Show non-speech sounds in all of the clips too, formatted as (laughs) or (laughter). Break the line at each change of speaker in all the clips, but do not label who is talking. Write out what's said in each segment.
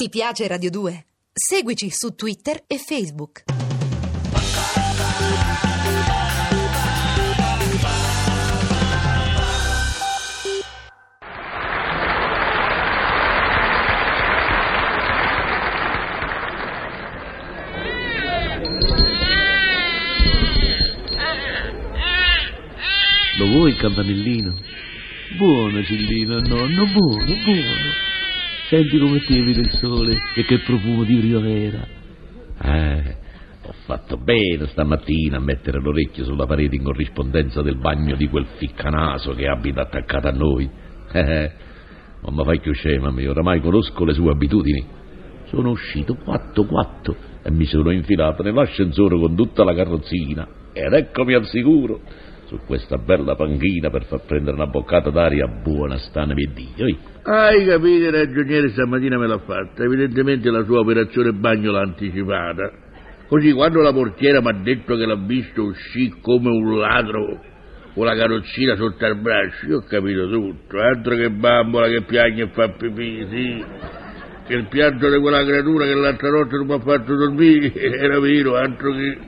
Ti piace Radio 2? Seguici su Twitter e Facebook.
Lo vuoi il campanellino? Buono Cillino, nonno, buono, buono. Senti come tiepida il sole e che profumo di primavera.
Eh, ho fatto bene stamattina a mettere l'orecchio sulla parete in corrispondenza del bagno di quel ficcanaso che abita attaccato a noi. (laughs) Eh, non mi fai più scema, io oramai conosco le sue abitudini. Sono uscito quatto quatto e mi sono infilato nell'ascensore con tutta la carrozzina. Ed eccomi al sicuro su questa bella panchina per far prendere una boccata d'aria buona stanemi e Dio. Ehi,
Hai capito, il ragioniere stamattina me l'ha fatta. Evidentemente la sua operazione bagno l'ha anticipata. Così quando la portiera mi ha detto che l'ha visto uscì come un ladro con la carrozzina sotto al braccio, io ho capito tutto. Altro che bambola che piagne e fa pipì, sì. Che il pianto di quella creatura che l'altra notte non mi ha fatto dormire (laughs) era vero, altro che...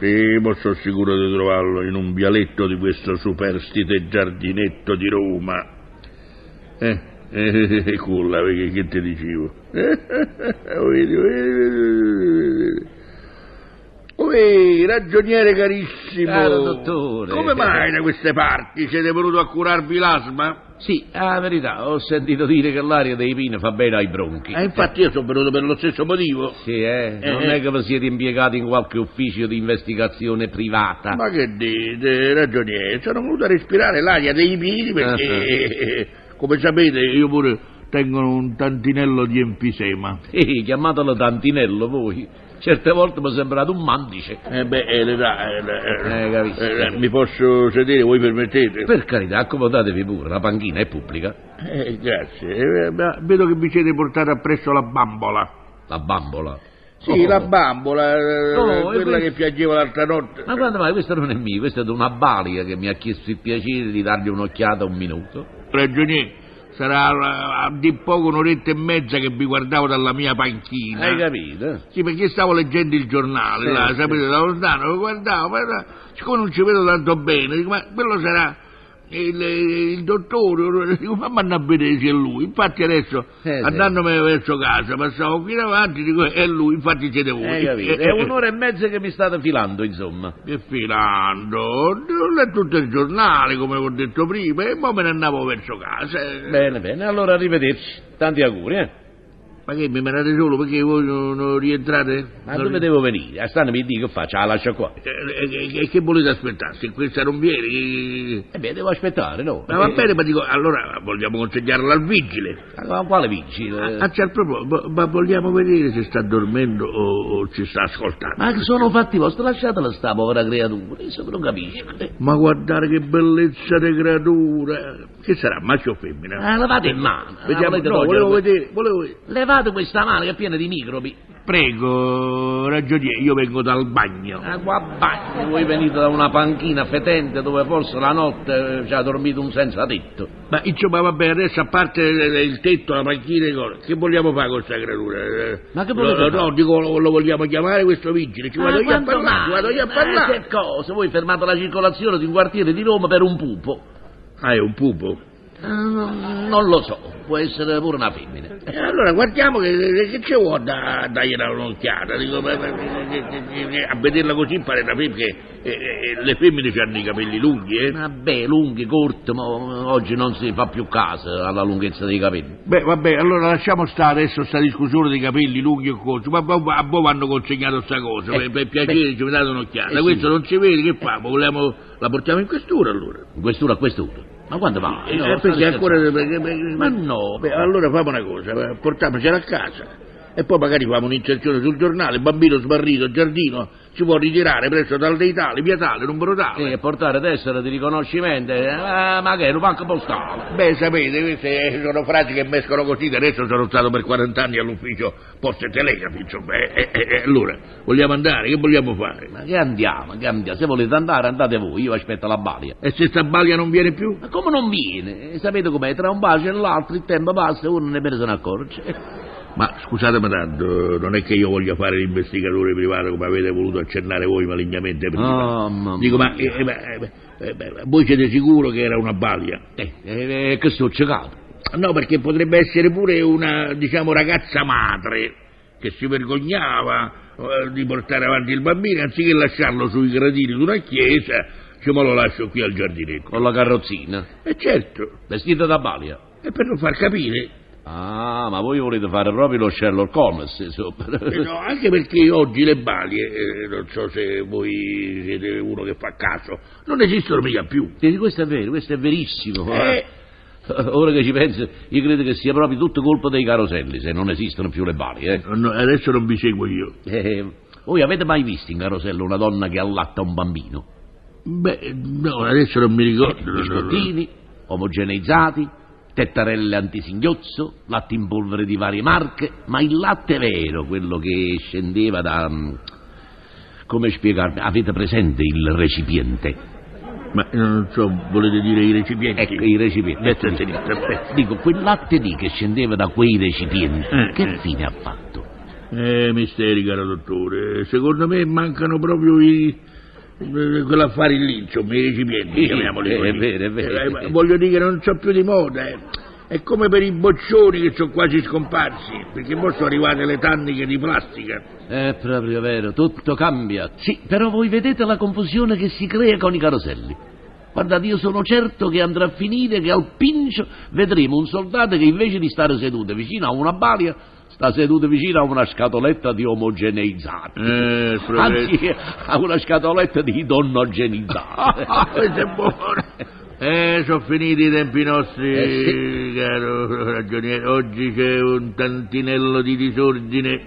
Sì, ma sono sicuro di trovarlo in un vialetto di questo superstite giardinetto di Roma. Eh, eh, eh, (laughs) culla, che, che ti dicevo? (laughs) Eh, vedi, vedi, Ui, ragioniere carissimo.
Caro dottore.
Come mai da queste parti siete venuto a curarvi l'asma?
Sì, a verità, ho sentito dire che l'aria dei pini fa bene ai bronchi.
Eh, infatti io sono venuto per lo stesso motivo.
Sì, eh, non
Eh, eh.
è che vi siete impiegati in qualche ufficio di investigazione privata.
Ma che dite, ragioniere? Sono venuto a respirare l'aria dei pini perché, eh, come sapete, io pure tengo un tantinello di enfisema.
Sì, Eh, chiamatelo Tantinello voi. Certe volte mi è sembrato un mandice.
Eh beh, eh, le dà, eh, le-
Eh, capisco.
eh, mi posso sedere, voi permettete?
Per carità, accomodatevi pure, la panchina è pubblica.
Eh, grazie, Eh, ma vedo che vi siete portati appresso la bambola.
La bambola.
Sì,
Oh.
la bambola, eh,
No,
eh,
e
quella
poi-
che piangeva l'altra notte.
Ma guarda mai, questa non è mia, questa è di una balia che mi ha chiesto il piacere di dargli un'occhiata un minuto.
Ragioniere, sarà eh, di poco un'oretta e mezza che vi guardavo dalla mia panchina.
Hai capito?
Sì, perché stavo leggendo il giornale,
Sì,
là,
sì.
sapete, da lontano, lo guardavo, ma là, siccome non ci vedo tanto bene, dico, ma quello sarà il, il dottore, (laughs) dico, fammi andare a vedere se è lui. Infatti adesso,
Eh, sì.
andandomi verso casa, passavo qui davanti, dico, è lui, infatti siete voi.
Hai Eh, capito?
eh,
È un'ora e mezza che mi state filando, insomma.
(laughs) Che filando, ho letto tutto il giornale, come ho detto prima, e poi me ne andavo verso casa.
Bene, bene, allora arrivederci. Tanti auguri, eh.
Ma che, mi menate solo perché voi non, non rientrate?
Ma
Non
dove
ri-
devo venire? A Stano mi dico, faccia, la lascio qua.
Eh, eh, che- che volete aspettarsi? Questa non viene. eh,
E beh, devo aspettare, no? Eh,
Ma va bene, ma dico, allora vogliamo consegnarla al vigile.
Ma quale Eh. vigile?
A tal proposito, ma vogliamo vedere se sta dormendo o, o ci sta ascoltando.
Ma che sono fatti vostri, lasciatela sta povera creatura, io non capisco. Eh,
Ma guardare che bellezza di creatura! Che sarà, maschio o femmina?
levate in mano, la
Vediamo,
volete
ah, no,
togliere
volevo
que-
vedere, volevo vedere.
Levate questa mano che è piena di microbi.
Prego, ragioniere, io vengo dal bagno.
Ma Ah, qua bagno, voi venite da una panchina fetente dove forse la notte eh, ci ha dormito un senza tetto.
Ma insomma, vabbè, adesso a parte eh, il tetto, la panchina e cose, che vogliamo fare con questa creatura? Eh,
Ma che volete
no, no,
fare?
No, dico, lo, lo vogliamo chiamare questo vigile, ci vado
Ma
io a
quanto
parlare, ci
mai?
vado io a
Ma
parlare.
che cosa? Voi fermate la circolazione di un quartiere di Roma per un pupo.
Ah, è un pupo?
Eh, non non lo so, può essere pure una femmina.
E Eh, allora guardiamo che, che ci vuole da dargli da un'occhiata. Dico, ma- ma- che- che- che- che- a vederla così pare una femmina, perché eh, eh, le femmine ci hanno i capelli lunghi, eh.
Vabbè, lunghi, corti, ma eh, oggi non si fa più caso alla lunghezza dei capelli.
Beh, vabbè, allora lasciamo stare adesso sta discussione dei capelli lunghi o corti, ma ma- ma a voi hanno consegnato sta cosa,
Eh,
per, per piacere ci date
eh
un'occhiata,
sì. Eh.
questo non si vede, che fa? Vogliamo, la portiamo in questura allora?
In Quest'ora a quest'ora. Ma quando va?
Eh,
No,
eh,
state
perché ancora...
scherzando.
perché- perché-
Ma no,
Beh, allora famo una cosa, eh, portiamocela a casa e poi magari famo un'inserzione sul giornale, bambino smarrito, giardino, si può ritirare presso tal dei tali, via tale, numero tale.
eh, portare tessera di riconoscimento, eh, ma che è un banco postale?
Beh, sapete, queste eh, sono frasi che mescono così, del resto sono stato per 40 anni all'ufficio Poste e Telegrafi, insomma. eh, eh, eh, allora, vogliamo andare, che vogliamo fare?
Ma che andiamo, che andiamo? Se volete andare andate voi, io aspetto la balia.
E se sta balia non viene più?
Ma come non viene? Eh, Sapete com'è? Tra un bacio e l'altro il tempo passa e uno nemmeno se ne accorge.
Ma scusatemi tanto, non è che io voglia fare l'investigatore privato come avete voluto accennare voi malignamente prima.
Ah, mamma
Dico, ma
mia.
eh, eh, ma, eh, eh, eh, voi siete sicuro che era una baglia?
Eh, eh, eh, che sto ciecato.
No, perché potrebbe essere pure una, diciamo, ragazza madre che si vergognava eh, di portare avanti il bambino anziché lasciarlo sui gradini di una chiesa, diciamo lo lascio qui al giardinetto.
Con la carrozzina,
E certo,
vestita da balia.
e per non far capire,
Ah, ma voi volete fare proprio lo Sherlock Holmes, insomma.
Eh (laughs) no, anche perché oggi le balie, eh, non so se voi siete uno che fa caso, non esistono mica più.
Sì, questo è vero, questo è verissimo.
Eh.
Ora che ci penso, io credo che sia proprio tutto colpa dei caroselli, se non esistono più le balie. eh.
No, adesso non vi seguo io.
Eh, voi avete mai visto in carosello una donna che allatta un bambino?
Beh, no, adesso non mi ricordo. no, no, no.
Biscottini, omogeneizzati, tettarelle antisinghiozzo, latte in polvere di varie marche, ma il latte vero, quello che scendeva da... mm, Come spiegarmi? Avete presente il recipiente?
Ma eh, non so, volete dire i recipienti?
Ecco, i recipienti.
Destra e sinistra, aspetta.
Dico, quel latte lì che scendeva da quei recipienti,
Eh,
che
eh.
fine ha fatto?
Eh, misteri, caro dottore, secondo me mancano proprio i... eh, Quell'affare lì, insomma, i recipienti,
Sì,
chiamiamoli
eh,
così.
è vero, è vero.
Eh, ma voglio dire che non so più di moda, eh. È come per i boccioni che sono quasi scomparsi, perché poi sono arrivate le tanniche di plastica.
È proprio vero, tutto cambia. Sì, però voi vedete la confusione che si crea con i caroselli. Guardate, io sono certo che andrà a finire che al pincio vedremo un soldato che invece di stare seduto vicino a una balia, sta seduto vicino a una scatoletta di omogeneizzati.
Eh,
(laughs) Anzi, a una scatoletta di (laughs) donnogeneizzati.
questo è buono. Eh, sono finiti i tempi nostri,
Eh,
caro ragioniere. Oggi c'è un tantinello di disordine.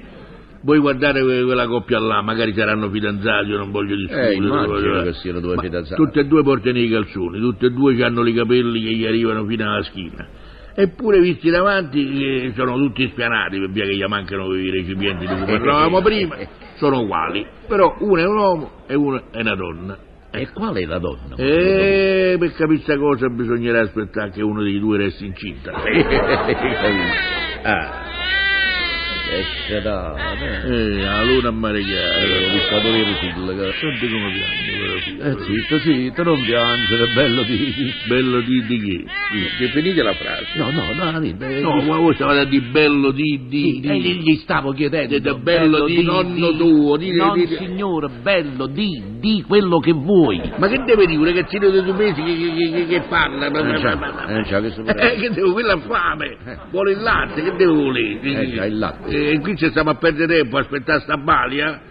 Voi guardate que- quella coppia là, magari saranno fidanzati, io non voglio discutere. voglio-
Eh, siano due
Ma Tutte e due portano i calzoni, tutte e due hanno i capelli che gli arrivano fino alla schiena. Eppure visti davanti eh, sono tutti spianati per via che gli mancano i
(laughs)
recipienti di cui parlavamo prima, sono uguali. Però uno è un uomo e uno è una donna.
E qual è la donna?
E per capire questa cosa bisognerà aspettare che uno dei due resti incinta. (laughs)
ah.
Ecco,
Esce da...
Eh, la luna a mare
Eh, mi
chiaro.
sta dolendo il figlio, cara.
Senti come piange, però,
Eh,
figlio.
zitto, zitto, non piangere, bello di...
Bello di, di chi? Di- Che finite la frase.
No, no, no, eh,
No, ma voi stavate a di bello di... di,
sì, eh,
di.
gli gli stavo chiedendo.
Di- di bello di nonno tuo, di-
non,
di- di-
signore, bello di, di quello che vuoi.
Ma che deve dire un ragazzino di due mesi che, che, che, che parla? Ma- ma- ma- ma-
Eh, c'ha questo
Eh, che devo, quella ha fame, vuole il latte, che devo volere?
Eh, già, il latte.
Eh, E qui ci stiamo a perdere tempo a aspettare sta balia,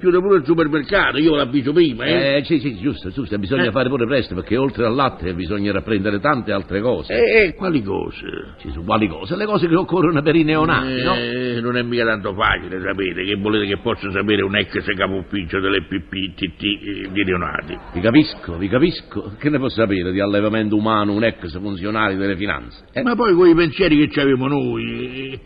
chiude pure il supermercato, io l'avviso prima, eh.
Eh, sì, sì, giusto, giusto, bisogna
Eh.
fare pure presto perché oltre al latte bisognerà prendere tante altre cose.
Eh, eh, quali cose?
Ci sono quali cose? Le cose che occorrono per i neonati, no?
Eh, non è mica tanto facile sapere, che volete che possa sapere un ex capo ufficio delle PPTT eh, di Leonardi.
Vi capisco, vi capisco. Che ne può sapere di allevamento umano un ex funzionario delle finanze? Eh?
Ma poi quei pensieri che avevamo noi, eh,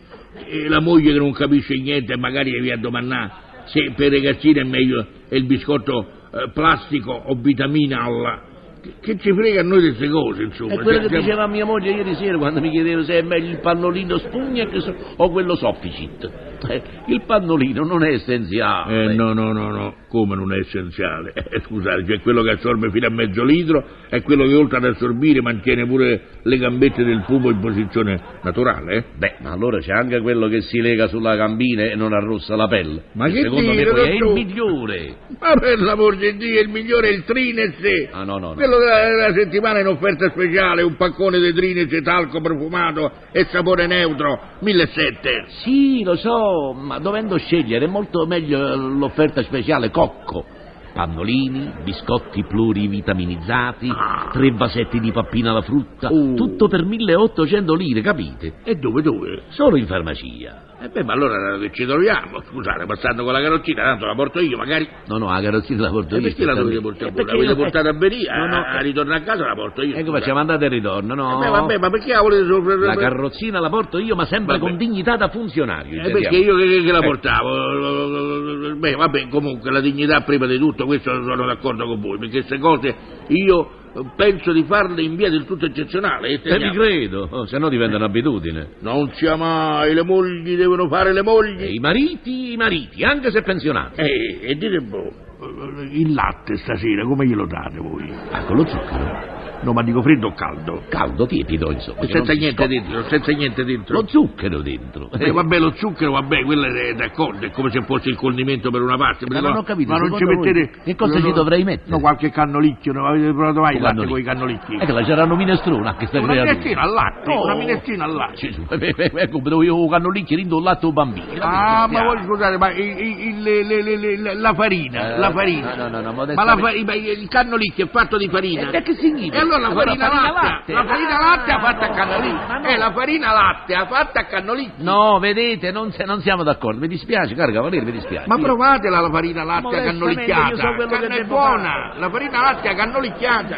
e la moglie che non capisce niente e magari vi a domandare se per i ragazzini è meglio il biscotto eh, plastico o vitamina alla. Che, che ci frega a noi di queste cose, insomma.
È quello che
Cioè,
diceva mia moglie ieri sera quando mi chiedeva se è meglio il pannolino spugnac o quello sofficit. (laughs) Eh, Il pannolino non è essenziale.
Eh, no, no, no, no, come non è essenziale? (laughs) Eh, scusate, c'è quello che assorbe fino a mezzo litro e quello che oltre ad assorbire mantiene pure le gambette del pupo in posizione naturale, eh?
Beh, ma allora c'è anche quello che si lega sulla gambina e non arrossa la pelle.
Ma
E
che
secondo
dire,
me poi è il
dottor?
migliore.
Ma per l'amor di Dio, il migliore è il Trinese!
Ah, no, no, no.
Quello della, della settimana in offerta speciale, un paccone di Trinese, talco profumato e sapore neutro, 1.700.
Sì, lo so, ma dovendo scegliere è molto meglio eh, l'offerta speciale Cocco. Pannolini, biscotti plurivitaminizzati,
Ah.
tre vasetti di pappina alla frutta,
Oh.
tutto per 1800 lire, capite?
E dove, dove? Eh.
Solo in farmacia.
E beh, ma allora che ci troviamo? Scusate, passando con la carrozzina, tanto la porto io, magari...
No, no, la carrozzina la porto
E
io.
perché la dovete portare
Eh,
voi?
perché
La volete
io-
portata a Beria?
No, no,
a- a
eh,
ritornare a casa la porto io.
Ecco,
scusate.
facciamo andata e ritorno, no?
Eh, beh, vabbè, ma perché la volete soffrire?
La carrozzina la porto io, ma sempre
Vabbè.
con dignità da funzionario.
Eh,
intendiamo.
perché io che, che la
Eh.
portavo? Beh, vabbè, comunque la dignità prima di tutto, questo sono d'accordo con voi, perché queste cose io penso di farle in via del tutto eccezionale. E
E mi
teniamo.
credo, oh, se no diventa un'abitudine.
non sia mai, le mogli devono fare le
E
mogli.
I mariti, i mariti, anche se pensionati.
Eh, e dite un po',
boh.
il latte stasera come glielo date voi?
Ah, con lo zucchero.
No, ma dico freddo o caldo?
Caldo, tiepido, insomma.
E
che non
senza
si
niente
scopre.
dentro, senza niente dentro.
Lo zucchero dentro.
Eh, vabbè, lo zucchero, vabbè, quello è d'accordo, è come se fosse il condimento per una parte.
Ma non ho capito,
Ma non ci
secondo voi
mettete.
che cosa
no,
ci
no,
dovrei mettere?
No, qualche cannolicchio, non avete provato
Eh,
mai il latte con i cannolicchi?
Ecco, là c'erano minestrone anche sta
Una
creatura.
minestrina al latte, una
Oh.
minestrina al latte.
Gesù, eh, eh, ecco, però io con cannolicchi rindo il latte o bambino.
Ah, ma voi scusate, ma il- il- le- le- le- le- la- la farina,
Eh,
la farina.
no, no, no, no,
ma, la
modestamente.
fari- ma il cannolicchio è fatto di farina.
E Eh, che significa?
E allora la farina latte, la farina lattea fatta a
Ah, Ma
cannolicchio.
no.
Eh, la farina lattea fatta a cannolicchio.
No, vedete, non, se- non siamo d'accordo. Mi dispiace, cara Cavaliere, mi dispiace.
Ma
Io-
provatela la farina lattea
Modestamente, io so
cannolicchiata.
quello che
Canna è
devo
buona,
fare.
la farina lattea cannolicchiata.